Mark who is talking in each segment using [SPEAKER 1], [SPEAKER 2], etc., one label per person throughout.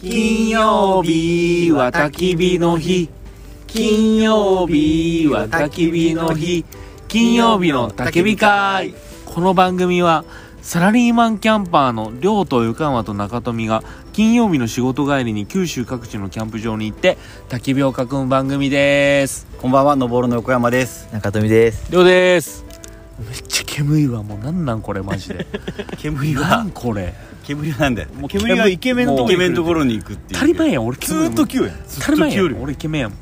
[SPEAKER 1] 金曜日は焚き火の日金曜日は焚き火の日金曜日の焚き火会この番組はサラリーマンキャンパーの亮と横山と中富が金曜日の仕事帰りに九州各地のキャンプ場に行って焚き火を囲む番組です
[SPEAKER 2] こんばんは、のぼるの横山です。
[SPEAKER 3] 中富です。
[SPEAKER 1] 亮ですめっちゃ煙いわもうなんなんこれマジ で
[SPEAKER 2] 煙
[SPEAKER 1] な
[SPEAKER 2] は
[SPEAKER 1] ん、これ
[SPEAKER 2] 煙はなんだよ。
[SPEAKER 1] もう
[SPEAKER 2] 煙はイケメンのところに来る。イケメンのところに行くっていう。
[SPEAKER 1] 当たり前やん俺
[SPEAKER 2] ずーっと急やん。
[SPEAKER 1] 当
[SPEAKER 2] ず
[SPEAKER 1] たり前や
[SPEAKER 2] 急
[SPEAKER 1] ん俺イケメンやもん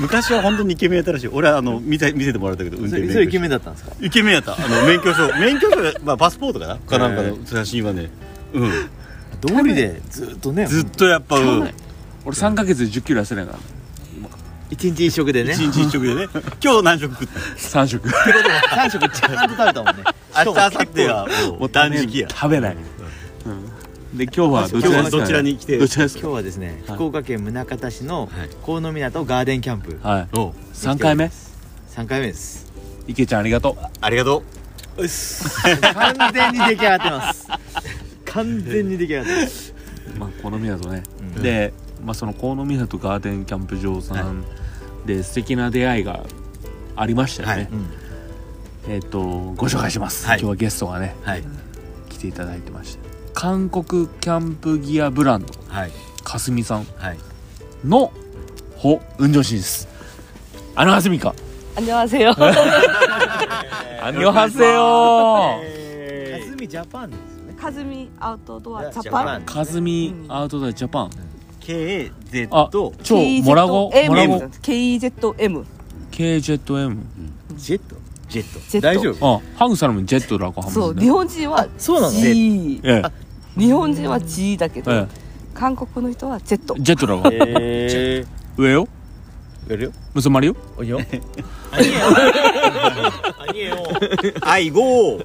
[SPEAKER 2] 昔は本当にイケメンやったらしい。俺はあの見た見せてもらったけど、運
[SPEAKER 3] そ
[SPEAKER 2] 転
[SPEAKER 3] れ
[SPEAKER 2] 免
[SPEAKER 3] それイケ
[SPEAKER 2] 許
[SPEAKER 3] メンだったんですか。
[SPEAKER 2] 証。イケメンやった。あの免許 証、免許証、まあパスポートかな。かなんかの写真はね。うん。
[SPEAKER 3] 通りでずっとね、
[SPEAKER 2] ずっとやっぱうん。
[SPEAKER 1] 俺3ヶ月で1 0キロ痩せないから
[SPEAKER 3] 一日一食でね
[SPEAKER 2] 一。日一食でね。今日何食食っ
[SPEAKER 1] 3食
[SPEAKER 3] 三食ちゃんと食べたも んね。
[SPEAKER 2] た。明日明後日はも
[SPEAKER 1] も
[SPEAKER 2] う断食や。
[SPEAKER 1] 食べない、うん、で今日はど
[SPEAKER 2] 今
[SPEAKER 1] ち
[SPEAKER 2] 日
[SPEAKER 1] ら
[SPEAKER 2] は
[SPEAKER 1] ですか
[SPEAKER 2] どちらに来て。
[SPEAKER 1] どちらです
[SPEAKER 3] 今日はですね、
[SPEAKER 1] はい
[SPEAKER 3] 福岡県宗像市の
[SPEAKER 2] はい
[SPEAKER 3] 河野港ガーデンキャンプ
[SPEAKER 1] かはい
[SPEAKER 2] おう
[SPEAKER 1] 3回目
[SPEAKER 3] 三回目です。
[SPEAKER 1] 池ちゃんありがと
[SPEAKER 2] ありがとう。
[SPEAKER 3] 完全に出来上がってます。完全に出来上がってます。
[SPEAKER 1] うまあこの港ね、
[SPEAKER 3] うん
[SPEAKER 1] で、まあ、その河野港ガーデンキャンプ場さんで素敵な出会いがありましたよね、
[SPEAKER 2] はい
[SPEAKER 3] うん
[SPEAKER 1] えっ、とご紹介します、
[SPEAKER 2] はい
[SPEAKER 1] 今日はゲストがね
[SPEAKER 2] はい。
[SPEAKER 1] 来ていただいてまして韓国キャンプギアブランド
[SPEAKER 2] はい。
[SPEAKER 1] かすみさん
[SPEAKER 2] はい。
[SPEAKER 1] のホ・ウンジョンシンですアナハセミカ
[SPEAKER 4] 안녕하세요。
[SPEAKER 1] アニョハセヨ
[SPEAKER 3] かすみジャパンですよね。
[SPEAKER 4] カズミアウトドアジャ
[SPEAKER 3] ジャ
[SPEAKER 4] パ
[SPEAKER 3] パ
[SPEAKER 4] ン
[SPEAKER 3] ン。
[SPEAKER 1] カズミアウトドアジャパン
[SPEAKER 2] KZ
[SPEAKER 1] あ
[SPEAKER 2] と
[SPEAKER 1] 超モラゴモラゴ
[SPEAKER 4] KZM。
[SPEAKER 1] KZM
[SPEAKER 3] ジェット。
[SPEAKER 2] ジェット。
[SPEAKER 4] Z
[SPEAKER 3] 大丈夫。
[SPEAKER 1] あハグサラムジェットラコハムズね
[SPEAKER 4] そう、日本人は
[SPEAKER 3] そうなの
[SPEAKER 4] G。
[SPEAKER 1] え
[SPEAKER 4] 日本人は G だけ
[SPEAKER 1] ええ
[SPEAKER 4] ど、韓国の人は Z
[SPEAKER 1] え。ジェットラゴ
[SPEAKER 3] ええ。
[SPEAKER 1] 上よ
[SPEAKER 2] やるよ。
[SPEAKER 1] 結まるよ
[SPEAKER 3] おいよ。
[SPEAKER 2] 愛語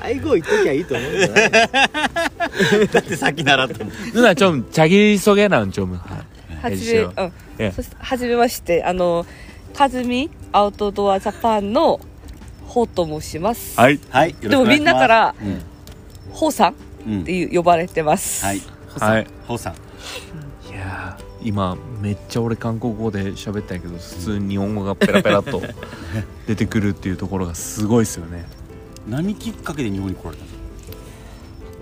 [SPEAKER 3] 愛語言っときゃいいと思うんじゃない。
[SPEAKER 2] だってさっき習ったもん。
[SPEAKER 1] 누나좀자기소개나좀
[SPEAKER 4] はじめ、
[SPEAKER 1] 해주세요
[SPEAKER 4] うん
[SPEAKER 1] ええ
[SPEAKER 4] そしてはじめまして、あの、カズミアウトドアジャパンのホと申します。
[SPEAKER 1] はい
[SPEAKER 2] はい。
[SPEAKER 4] でもみんなか、ら
[SPEAKER 2] うん、
[SPEAKER 4] ホさんっ
[SPEAKER 2] うん
[SPEAKER 4] ていう呼ばれてます。
[SPEAKER 2] はい。
[SPEAKER 1] はい
[SPEAKER 2] ほさん。
[SPEAKER 1] いやー今めっちゃ俺韓国語で喋ったんやけど普通に日本語がペラペラっ と出てくるっていうところがすごいですよね
[SPEAKER 2] 何きっかけで日本に来られたの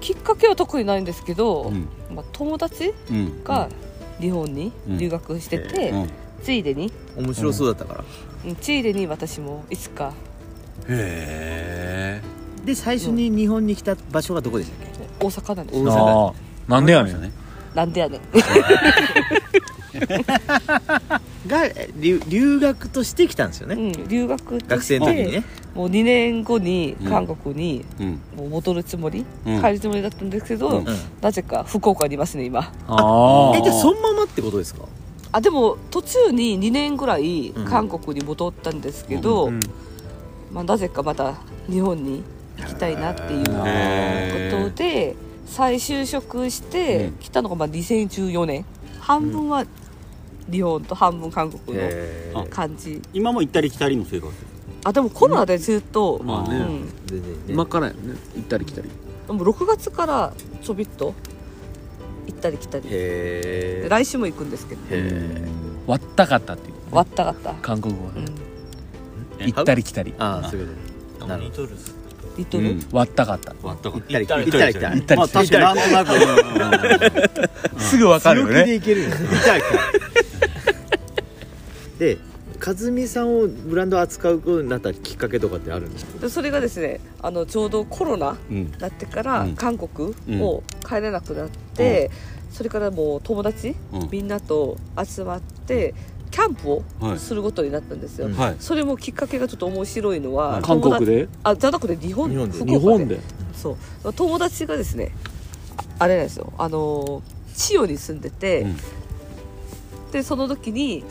[SPEAKER 4] きっかけは特にないんですけど
[SPEAKER 2] うん、
[SPEAKER 4] まあ友達
[SPEAKER 2] うん。
[SPEAKER 4] が日本に留学してて、
[SPEAKER 2] うん。
[SPEAKER 4] ついでに
[SPEAKER 3] 面白そうだったから。
[SPEAKER 4] うんついでに私もいつか
[SPEAKER 2] へえ。
[SPEAKER 3] で最初に日本に来た場所がどこでしたっけ？
[SPEAKER 4] 大阪なんです
[SPEAKER 3] 大
[SPEAKER 4] よ
[SPEAKER 3] 阪
[SPEAKER 1] ああなんでやねん。
[SPEAKER 4] なんでやねん
[SPEAKER 3] がえ留留学として来たんですよ
[SPEAKER 4] う
[SPEAKER 3] ね。
[SPEAKER 4] ん留学と
[SPEAKER 3] 学
[SPEAKER 4] して
[SPEAKER 3] 生の時にね。
[SPEAKER 4] もう2年後に
[SPEAKER 2] うん
[SPEAKER 4] 韓国に
[SPEAKER 2] うん。
[SPEAKER 4] もう戻るつもり、
[SPEAKER 2] うん
[SPEAKER 4] 帰るつもりだったんですけど、
[SPEAKER 2] うん
[SPEAKER 3] うん。
[SPEAKER 4] なぜか福岡にいますね今
[SPEAKER 1] あ
[SPEAKER 3] えじゃあそ
[SPEAKER 1] あ
[SPEAKER 3] のままってことですか
[SPEAKER 4] あでも途中に2年ぐらい
[SPEAKER 3] うん
[SPEAKER 4] 韓国に戻ったんですけど、
[SPEAKER 1] うん
[SPEAKER 4] まあ、なぜかまた日本に行きたいなっていう
[SPEAKER 2] へー
[SPEAKER 4] ことで再就職して
[SPEAKER 2] うん
[SPEAKER 4] 来たのがまあ2014年半分は日本と半分韓国の
[SPEAKER 3] へ
[SPEAKER 2] ー
[SPEAKER 4] 感じ
[SPEAKER 2] 今も行ったり来たりの生活。
[SPEAKER 4] あでもコロナでずっと、
[SPEAKER 1] まあ
[SPEAKER 2] ね
[SPEAKER 4] うん
[SPEAKER 3] 全然ね
[SPEAKER 1] 今からやね行ったり来たり
[SPEAKER 4] でも6月からちょびっと行ったり来たり
[SPEAKER 3] へ
[SPEAKER 4] 来週も行くんですけど
[SPEAKER 3] え
[SPEAKER 1] 割ったかったっていう
[SPEAKER 4] 割ったかった、
[SPEAKER 1] 韓国語
[SPEAKER 4] う
[SPEAKER 1] で
[SPEAKER 4] ん、
[SPEAKER 1] 行ったり来たり
[SPEAKER 3] ああそういうことなるほど
[SPEAKER 4] リトル、
[SPEAKER 2] うん
[SPEAKER 1] 割ったかった
[SPEAKER 2] 割ったか
[SPEAKER 3] 行ったり来たり
[SPEAKER 1] 行ったり来たり
[SPEAKER 2] まあ確かになんと なく。
[SPEAKER 1] すぐわかるよ
[SPEAKER 3] 強気で
[SPEAKER 1] ね
[SPEAKER 3] いけるよね行ったり来たりで和美さんをブランド扱うことになったきっかけとかってあるんですか
[SPEAKER 4] でそれがですねあのちょうどコロナ
[SPEAKER 2] うん。
[SPEAKER 4] になってから
[SPEAKER 2] うん
[SPEAKER 4] 韓国を帰れなくなって、それからもう友達
[SPEAKER 2] うん
[SPEAKER 4] みんなと集まってキャンプ
[SPEAKER 2] は
[SPEAKER 4] を
[SPEAKER 2] い
[SPEAKER 4] することになったんですよ、
[SPEAKER 3] うん
[SPEAKER 2] はい。
[SPEAKER 4] それもきっかけがちょっと面白いのは、
[SPEAKER 2] はい
[SPEAKER 1] 韓国
[SPEAKER 4] 友達
[SPEAKER 1] で
[SPEAKER 4] あじゃなくて日本
[SPEAKER 3] 日本で
[SPEAKER 4] 福岡
[SPEAKER 1] 日本で
[SPEAKER 4] そう友達がですねああれなんですよあのー千代に住んでて、
[SPEAKER 2] うん
[SPEAKER 4] でその時に、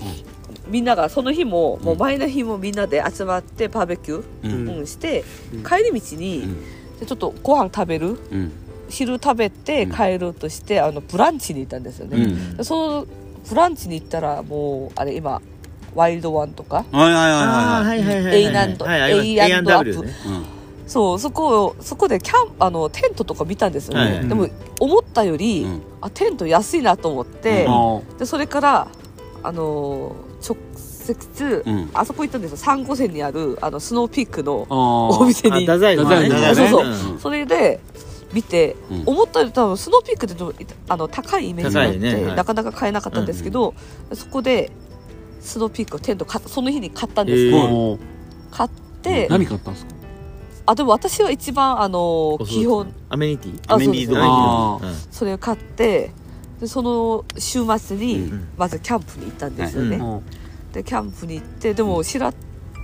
[SPEAKER 4] みんながその日も、もう前の日もみんなで集まってバーベキュ
[SPEAKER 2] う
[SPEAKER 4] ー、
[SPEAKER 2] ん。
[SPEAKER 4] うんして、帰り道に、でちょっとご飯食べる
[SPEAKER 2] うん。
[SPEAKER 4] 昼食べて
[SPEAKER 2] うん
[SPEAKER 4] 帰ろうとして、あのブランチに行ったんですよ
[SPEAKER 2] う
[SPEAKER 4] ね、
[SPEAKER 2] ん。
[SPEAKER 4] でそのブランチに行ったらもうあれ今ワイルドワンとか
[SPEAKER 2] はいはいはいはいは
[SPEAKER 3] はいはい
[SPEAKER 4] はいはいはい A&W
[SPEAKER 3] はいあります A&W ね
[SPEAKER 2] い。うん。
[SPEAKER 4] そうそこをそこでキャンあのテントとか見たんですよね、
[SPEAKER 2] はい
[SPEAKER 4] でも思ったより、
[SPEAKER 2] うん
[SPEAKER 4] あテント安いなと思って、
[SPEAKER 2] うん
[SPEAKER 4] でそれからあのー直接、
[SPEAKER 2] うん
[SPEAKER 4] あそこ行ったんですよ三五線にあるあのスノーピークのお
[SPEAKER 1] お
[SPEAKER 4] 店
[SPEAKER 3] あ
[SPEAKER 4] に
[SPEAKER 3] 太宰府のね
[SPEAKER 1] 太
[SPEAKER 2] 宰府
[SPEAKER 4] そう
[SPEAKER 2] ね
[SPEAKER 4] そう、
[SPEAKER 2] うん
[SPEAKER 4] それで見て、
[SPEAKER 2] うん
[SPEAKER 4] 思ったより多分スノーピークってどうあの高いイメージがあって、
[SPEAKER 3] 高いねはい
[SPEAKER 4] なかなか買えなかったんですけど、そこでスノーピークをテント買ったその日に買ったんですけど、
[SPEAKER 3] へー
[SPEAKER 1] お
[SPEAKER 4] 買って、
[SPEAKER 1] 何買ったんですか
[SPEAKER 4] あでも私は一番あの
[SPEAKER 3] おそう
[SPEAKER 4] 基本
[SPEAKER 3] アメニティ
[SPEAKER 4] あ
[SPEAKER 2] アメニティ
[SPEAKER 4] そう
[SPEAKER 2] ドラ
[SPEAKER 4] です
[SPEAKER 2] イ
[SPEAKER 1] あー
[SPEAKER 4] それを買ってでその週末に
[SPEAKER 2] うん
[SPEAKER 4] まずキャンプに行ったんですよね、
[SPEAKER 3] う
[SPEAKER 1] うん
[SPEAKER 4] でキャンプに行ってでも白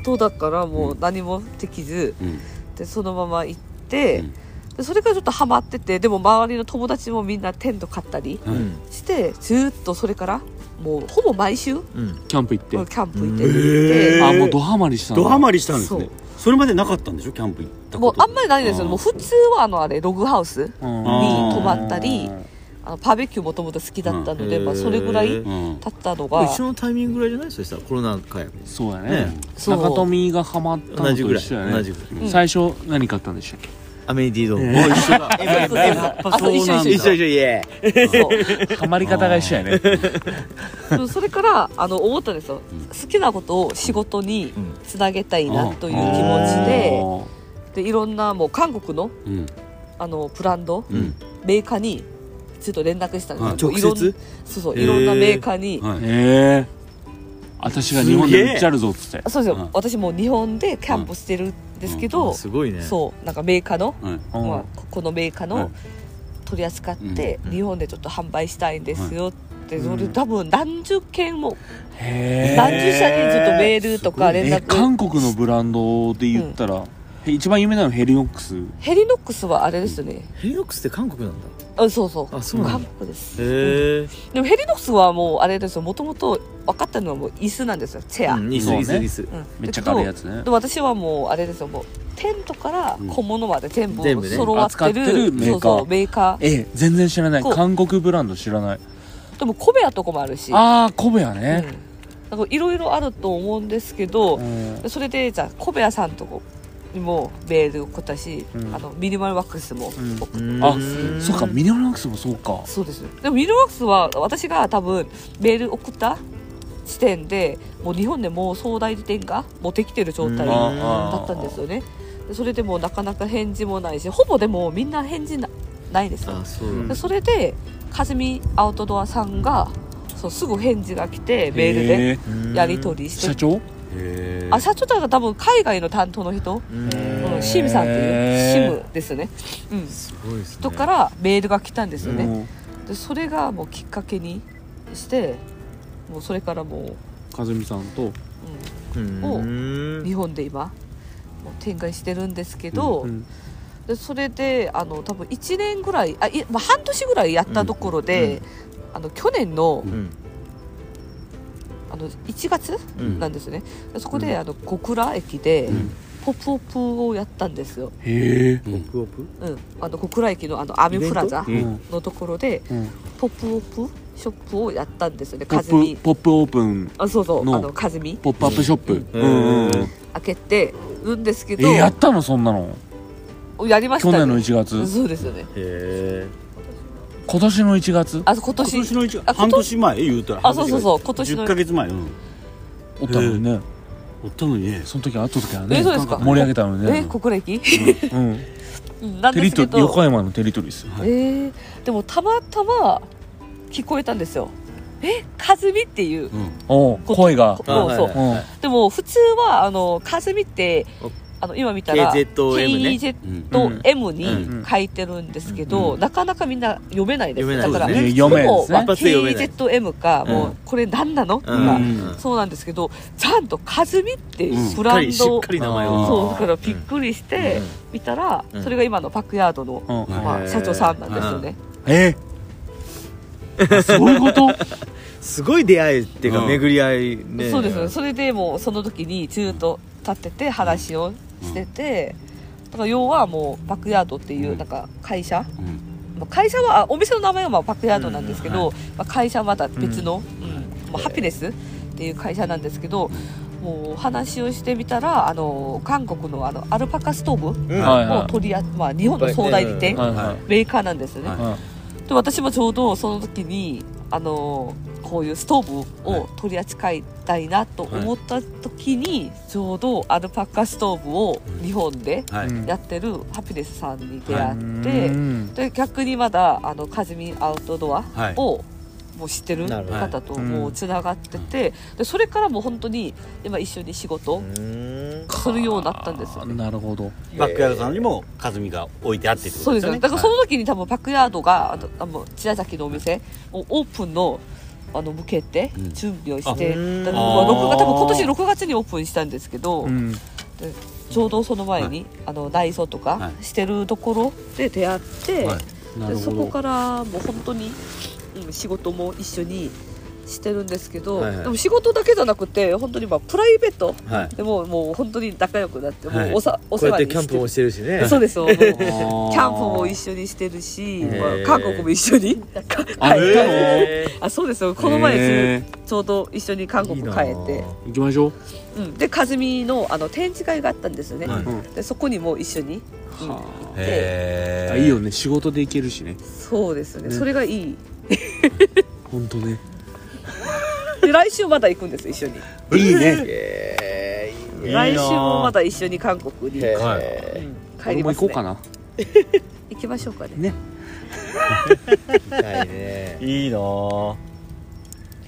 [SPEAKER 4] 戸だからもう何もできず
[SPEAKER 2] うん
[SPEAKER 4] でそのまま行って、
[SPEAKER 2] うん
[SPEAKER 4] でそれからちょっとハマっててでも周りの友達もみんなテント買ったり
[SPEAKER 3] うんうん
[SPEAKER 4] してずーっとそれからもうほぼ毎週
[SPEAKER 3] うん
[SPEAKER 1] キャンプ行って
[SPEAKER 4] キャンプ行って
[SPEAKER 2] へ
[SPEAKER 4] て
[SPEAKER 2] ー
[SPEAKER 1] あもうドハマりしたんだ
[SPEAKER 2] ドハマりしたんですね
[SPEAKER 4] そう
[SPEAKER 2] それまでなかったんでしょキャンプ行った
[SPEAKER 4] も
[SPEAKER 2] こ
[SPEAKER 4] う
[SPEAKER 2] と
[SPEAKER 4] あんまりないですよねもう普通はあのあれログハウス
[SPEAKER 1] うん
[SPEAKER 4] に泊まったりあのバーベキューもともと好きだったので、
[SPEAKER 3] うん
[SPEAKER 4] まあ、それぐらい
[SPEAKER 3] へ
[SPEAKER 4] 経
[SPEAKER 3] ー
[SPEAKER 2] うん
[SPEAKER 4] ったのが
[SPEAKER 3] 一緒のタイミングぐらいじゃないそしたらコロナ禍やもん
[SPEAKER 1] そうやね
[SPEAKER 3] ね
[SPEAKER 4] そう
[SPEAKER 1] 中富がハマった
[SPEAKER 3] 同
[SPEAKER 1] の
[SPEAKER 3] じぐ
[SPEAKER 1] と
[SPEAKER 3] ら
[SPEAKER 1] 一
[SPEAKER 3] い
[SPEAKER 1] 緒や
[SPEAKER 3] 同じ
[SPEAKER 1] ね
[SPEAKER 3] ぐらい
[SPEAKER 4] うん
[SPEAKER 1] 最初何買ったんでしたっけ
[SPEAKER 3] アメニティドーム
[SPEAKER 1] ね
[SPEAKER 3] お一緒だ
[SPEAKER 4] そうそうそうあそう一緒一
[SPEAKER 3] 一緒
[SPEAKER 4] 緒一緒
[SPEAKER 3] 一緒イエーイ
[SPEAKER 4] そう
[SPEAKER 1] ハマり方が一緒やね
[SPEAKER 4] でもそれからあの思ったんですよ好きなことを仕事につなげたいなという気持ちででいろんなもう韓国の
[SPEAKER 2] うん
[SPEAKER 4] あのブランド、
[SPEAKER 2] うん
[SPEAKER 4] メーカーにちょっと連絡したんですよ、
[SPEAKER 3] あ
[SPEAKER 4] いろん
[SPEAKER 3] 直接
[SPEAKER 4] そうそう
[SPEAKER 3] へー
[SPEAKER 4] いろんなメーカーに、
[SPEAKER 2] はい
[SPEAKER 1] ええ私が日本で売っちゃるぞっつって
[SPEAKER 4] あそうですよ、
[SPEAKER 2] うん
[SPEAKER 4] 私もう日本でキャンプしてるんですけど、
[SPEAKER 3] すごいね
[SPEAKER 4] そうなんかメーカーの、
[SPEAKER 2] はい
[SPEAKER 1] うん
[SPEAKER 4] まあ、ここのメーカーの、
[SPEAKER 2] うん
[SPEAKER 4] 取り扱って、
[SPEAKER 3] うん
[SPEAKER 4] 日本でちょっと販売したいんですよって、
[SPEAKER 1] うん
[SPEAKER 4] それ多分何十件も、
[SPEAKER 1] へえ
[SPEAKER 4] 何十社にちょっとメールとか連
[SPEAKER 1] え
[SPEAKER 4] 絡、
[SPEAKER 1] 韓国のブランドで言ったらえ一番有名なのヘリノックス
[SPEAKER 4] ヘリノックスはあれですよね、
[SPEAKER 3] ヘリノックスって韓国なんだ
[SPEAKER 4] あそうそう
[SPEAKER 3] あそうなんだ
[SPEAKER 4] 韓国です
[SPEAKER 3] へえ
[SPEAKER 4] でもヘリノックスはもうあれですよもともと分かったのはもう椅子なんですよチェア、うん
[SPEAKER 3] 椅
[SPEAKER 1] そう
[SPEAKER 3] 子
[SPEAKER 1] ね
[SPEAKER 3] 椅子椅子
[SPEAKER 1] めっちゃ軽いやつね
[SPEAKER 4] で私はもうあれですよもうテントから小物まで全
[SPEAKER 3] 全部
[SPEAKER 4] 部
[SPEAKER 3] ね
[SPEAKER 4] 揃わってる,、
[SPEAKER 1] 扱ってるメーカー
[SPEAKER 4] そうそうメーカー
[SPEAKER 1] ええ全然知らない
[SPEAKER 4] こう
[SPEAKER 1] 韓国ブランド知らない
[SPEAKER 4] でもコベアとかもあるし
[SPEAKER 1] ああコベア
[SPEAKER 4] うん
[SPEAKER 1] ね、
[SPEAKER 4] なんかいろいろあると思うんですけど、
[SPEAKER 1] うん
[SPEAKER 4] それでじゃあコベアさんとこにもメールを送ったし、
[SPEAKER 1] うん
[SPEAKER 4] あのミニマルワックスも
[SPEAKER 1] うん
[SPEAKER 4] 送っ
[SPEAKER 1] あ
[SPEAKER 3] うん
[SPEAKER 1] そっかミニマルワックスもそうか
[SPEAKER 4] そうですでもミニマルワックスは私が多分メール送った時点でもう日本でもう総代理店がもうできてる状態
[SPEAKER 3] うん
[SPEAKER 4] だ
[SPEAKER 1] あ
[SPEAKER 4] ったんですよねでそれでもうなかなか返事もないしほぼでもみんな返事なないですよ
[SPEAKER 3] あそう
[SPEAKER 4] でそれでかずみアウトドアさんがそうすぐ返事が来てメールで
[SPEAKER 1] へえ
[SPEAKER 4] やり取
[SPEAKER 3] り
[SPEAKER 4] りして
[SPEAKER 1] 社長
[SPEAKER 2] へー
[SPEAKER 4] あ社長だから多分海外の担当の人、うん、シムさんって
[SPEAKER 1] へ
[SPEAKER 4] い
[SPEAKER 1] ー
[SPEAKER 4] うシムですね、うん、
[SPEAKER 3] すごいですね
[SPEAKER 4] 人からメールが来たんですよね、
[SPEAKER 1] うん
[SPEAKER 4] でそれがもうきっかけにしてもうそれからも
[SPEAKER 1] 和美さんと
[SPEAKER 3] うん
[SPEAKER 4] を
[SPEAKER 3] うん
[SPEAKER 4] う日本で今もう展開してるんですけど、
[SPEAKER 1] うん
[SPEAKER 4] でそれであの多分1年ぐらいあい、まあ、半年ぐらいやったところで、あの去年の
[SPEAKER 3] うん
[SPEAKER 4] あの1月
[SPEAKER 3] うん
[SPEAKER 4] なんですね、でそこであの小倉駅で
[SPEAKER 2] ん
[SPEAKER 4] ポップオップをやったんですよ、
[SPEAKER 1] へ
[SPEAKER 2] う
[SPEAKER 3] オ
[SPEAKER 2] ん
[SPEAKER 3] プオプ
[SPEAKER 4] うん、あの小倉駅のあのアミュプラザ
[SPEAKER 1] え
[SPEAKER 2] うん
[SPEAKER 1] うん
[SPEAKER 4] のところで
[SPEAKER 1] うん
[SPEAKER 4] ポップオップショップをやったんですよね
[SPEAKER 1] ポ
[SPEAKER 4] カズ
[SPEAKER 1] ッ
[SPEAKER 4] ミ
[SPEAKER 1] プポップオープン
[SPEAKER 4] あそうそう
[SPEAKER 1] の
[SPEAKER 4] あのカズミ
[SPEAKER 1] ポップアップショップ
[SPEAKER 3] う
[SPEAKER 1] うんんうんうん
[SPEAKER 4] 開けてるんですけ
[SPEAKER 1] え
[SPEAKER 4] ど
[SPEAKER 1] やったのそんなの
[SPEAKER 4] やりました
[SPEAKER 1] 去
[SPEAKER 4] ね
[SPEAKER 1] 年の1月
[SPEAKER 4] そうですよね
[SPEAKER 3] へえ
[SPEAKER 1] 今年の1月
[SPEAKER 4] あ今年
[SPEAKER 2] 今年の一
[SPEAKER 4] あ
[SPEAKER 2] 半年前言うたら
[SPEAKER 4] あそうそうそう今年の
[SPEAKER 2] 10ヶ月前うん
[SPEAKER 1] おったのにね
[SPEAKER 2] おったのにね
[SPEAKER 1] その時あった時はね
[SPEAKER 4] えそうですか
[SPEAKER 1] 盛り上げたのに
[SPEAKER 4] え
[SPEAKER 1] ね
[SPEAKER 4] 国歴、
[SPEAKER 1] うん
[SPEAKER 4] うん、なん
[SPEAKER 1] テ
[SPEAKER 4] で
[SPEAKER 1] リ
[SPEAKER 4] すけ
[SPEAKER 1] ト
[SPEAKER 4] ど
[SPEAKER 1] 横山のテリトリス
[SPEAKER 4] えーでもたまたま聞こえたんですよえカズミっていう
[SPEAKER 2] うん
[SPEAKER 1] おう声が
[SPEAKER 4] こ
[SPEAKER 3] あ
[SPEAKER 4] そうそう
[SPEAKER 3] はい
[SPEAKER 1] うん
[SPEAKER 4] でも普通はあのカズミって
[SPEAKER 3] お
[SPEAKER 4] あの今見たら
[SPEAKER 3] KZM ね
[SPEAKER 4] KZM
[SPEAKER 2] うん
[SPEAKER 4] と
[SPEAKER 1] うん
[SPEAKER 4] M
[SPEAKER 1] う
[SPEAKER 4] に
[SPEAKER 1] ん
[SPEAKER 4] 書いてるんですけど、
[SPEAKER 3] う
[SPEAKER 4] なかなかみんな読めないです
[SPEAKER 3] 読めない
[SPEAKER 4] だから
[SPEAKER 3] そうです
[SPEAKER 1] ね読めないですね
[SPEAKER 4] ほぼ
[SPEAKER 3] 一発で読めない
[SPEAKER 4] KZM か、も
[SPEAKER 3] う
[SPEAKER 4] うこれ何なの、と
[SPEAKER 3] うん
[SPEAKER 4] か、
[SPEAKER 2] うん
[SPEAKER 4] そうなんですけどちゃんと「カズミ」って
[SPEAKER 2] うん
[SPEAKER 4] いうブ
[SPEAKER 3] しっ
[SPEAKER 4] ラ
[SPEAKER 3] か
[SPEAKER 4] ン
[SPEAKER 3] りし
[SPEAKER 4] ド
[SPEAKER 3] っ
[SPEAKER 4] を、
[SPEAKER 3] かり名前
[SPEAKER 1] あー
[SPEAKER 3] を
[SPEAKER 4] そうだからびっくりして
[SPEAKER 3] うん
[SPEAKER 4] 見たら、
[SPEAKER 3] うん
[SPEAKER 4] それが今のバックヤードの、
[SPEAKER 1] うん
[SPEAKER 4] ま
[SPEAKER 3] へー
[SPEAKER 4] あ、社長さんなんですよね、
[SPEAKER 1] えーそういうこと
[SPEAKER 3] すごい出会いっていうか
[SPEAKER 2] うん
[SPEAKER 3] 巡り合いね
[SPEAKER 4] そうですよねそれでもうその時にずっと立ってて話をしてて、だから要はもうバックヤードっていううんなんか会社、
[SPEAKER 2] うん
[SPEAKER 4] まあ、会社はあお店の名前はまあバックヤードなんですけど、まあ、会社はまた別の、うんまあ、ハピネスっていう会社なんですけど、もう話をしてみたらあの韓国のあのアルパカストーブ
[SPEAKER 3] うん
[SPEAKER 1] はい
[SPEAKER 4] を取りあ、まあ、日本の総代理店
[SPEAKER 1] はいはい
[SPEAKER 4] メーカーなんですよね、
[SPEAKER 2] は
[SPEAKER 1] は
[SPEAKER 4] で私もちょうどその時にあのこういうストーブを取り扱いたいなと思った時に、ちょうどアルパカストーブを日本で
[SPEAKER 2] はいい、
[SPEAKER 1] うん
[SPEAKER 4] やってるハピネスさんに出
[SPEAKER 1] い
[SPEAKER 4] 会って、
[SPEAKER 1] うん
[SPEAKER 4] で逆にまだあのカズミンアウトドア
[SPEAKER 2] はい
[SPEAKER 4] をもう知ってる
[SPEAKER 3] なるほど
[SPEAKER 4] 方と
[SPEAKER 1] はい
[SPEAKER 4] もうつながってて、でそれからもう本当に今一緒に仕事
[SPEAKER 3] うん
[SPEAKER 4] するようになったんですよ、ね
[SPEAKER 1] なるほど
[SPEAKER 2] バックヤードさんにも和美が置いてあってってこと
[SPEAKER 4] そうで
[SPEAKER 2] ですすよ
[SPEAKER 4] よ
[SPEAKER 2] ね
[SPEAKER 4] ねだからその時に多分バックヤードがあのあの茅ヶ崎のお店をオープンのあの向けて
[SPEAKER 2] うん
[SPEAKER 4] 準備をして、
[SPEAKER 3] うん
[SPEAKER 4] だから
[SPEAKER 2] あー
[SPEAKER 4] 僕は多分今年6月にオープンしたんですけど、
[SPEAKER 1] うん
[SPEAKER 4] ちょうどその前に、あの内装と
[SPEAKER 2] は
[SPEAKER 4] か
[SPEAKER 2] い
[SPEAKER 4] してるところで出会って、
[SPEAKER 2] はい
[SPEAKER 1] な
[SPEAKER 4] で
[SPEAKER 1] る
[SPEAKER 4] そ
[SPEAKER 1] ほ
[SPEAKER 4] こ
[SPEAKER 1] ど
[SPEAKER 4] からもう本当に、うん、仕事も一緒にしてるんですけど、
[SPEAKER 2] はいはい
[SPEAKER 4] でも仕事だけじゃなくて本当にまあプライベート
[SPEAKER 2] はい
[SPEAKER 4] でももう本当に仲良くなって、
[SPEAKER 2] はい
[SPEAKER 4] もうおさお
[SPEAKER 3] こう
[SPEAKER 4] 世
[SPEAKER 3] やっ
[SPEAKER 4] 話
[SPEAKER 3] て
[SPEAKER 4] に
[SPEAKER 3] キャンプも
[SPEAKER 4] し
[SPEAKER 3] してるしね
[SPEAKER 4] てそうですよもうキャ
[SPEAKER 1] キ
[SPEAKER 4] ンプも一緒にしてるし、
[SPEAKER 3] へ
[SPEAKER 4] まあ
[SPEAKER 3] ー
[SPEAKER 4] 韓国も一緒にか
[SPEAKER 1] あ
[SPEAKER 4] 帰
[SPEAKER 1] 行
[SPEAKER 4] っ
[SPEAKER 1] ったの
[SPEAKER 4] て
[SPEAKER 3] え
[SPEAKER 4] あそうですよこの前、
[SPEAKER 1] へ
[SPEAKER 4] ちょうど一緒に韓国帰って
[SPEAKER 1] 行きましょう
[SPEAKER 4] うん、で和美のあの展示会があったんですよね、
[SPEAKER 2] はいう
[SPEAKER 4] でそこにも一緒に、うん
[SPEAKER 1] は
[SPEAKER 4] 行っ
[SPEAKER 1] あ
[SPEAKER 4] て
[SPEAKER 2] へ
[SPEAKER 1] あ
[SPEAKER 2] ー
[SPEAKER 1] いいよね仕事で行けるしね
[SPEAKER 4] そうですね
[SPEAKER 1] ね
[SPEAKER 4] それがいい
[SPEAKER 1] 本当ね
[SPEAKER 4] で来週まだ行くんです一緒に
[SPEAKER 1] いいね
[SPEAKER 3] え
[SPEAKER 2] いいな
[SPEAKER 4] 来週もまだ一緒に韓国に、
[SPEAKER 3] へ
[SPEAKER 4] う
[SPEAKER 2] は
[SPEAKER 4] ん帰
[SPEAKER 1] 俺
[SPEAKER 4] り
[SPEAKER 1] も行
[SPEAKER 4] ま
[SPEAKER 1] こ
[SPEAKER 4] す、ね、
[SPEAKER 1] うかな
[SPEAKER 4] 行きましょうかね
[SPEAKER 1] ね
[SPEAKER 3] 行きたいね
[SPEAKER 2] いいなぁ
[SPEAKER 4] そう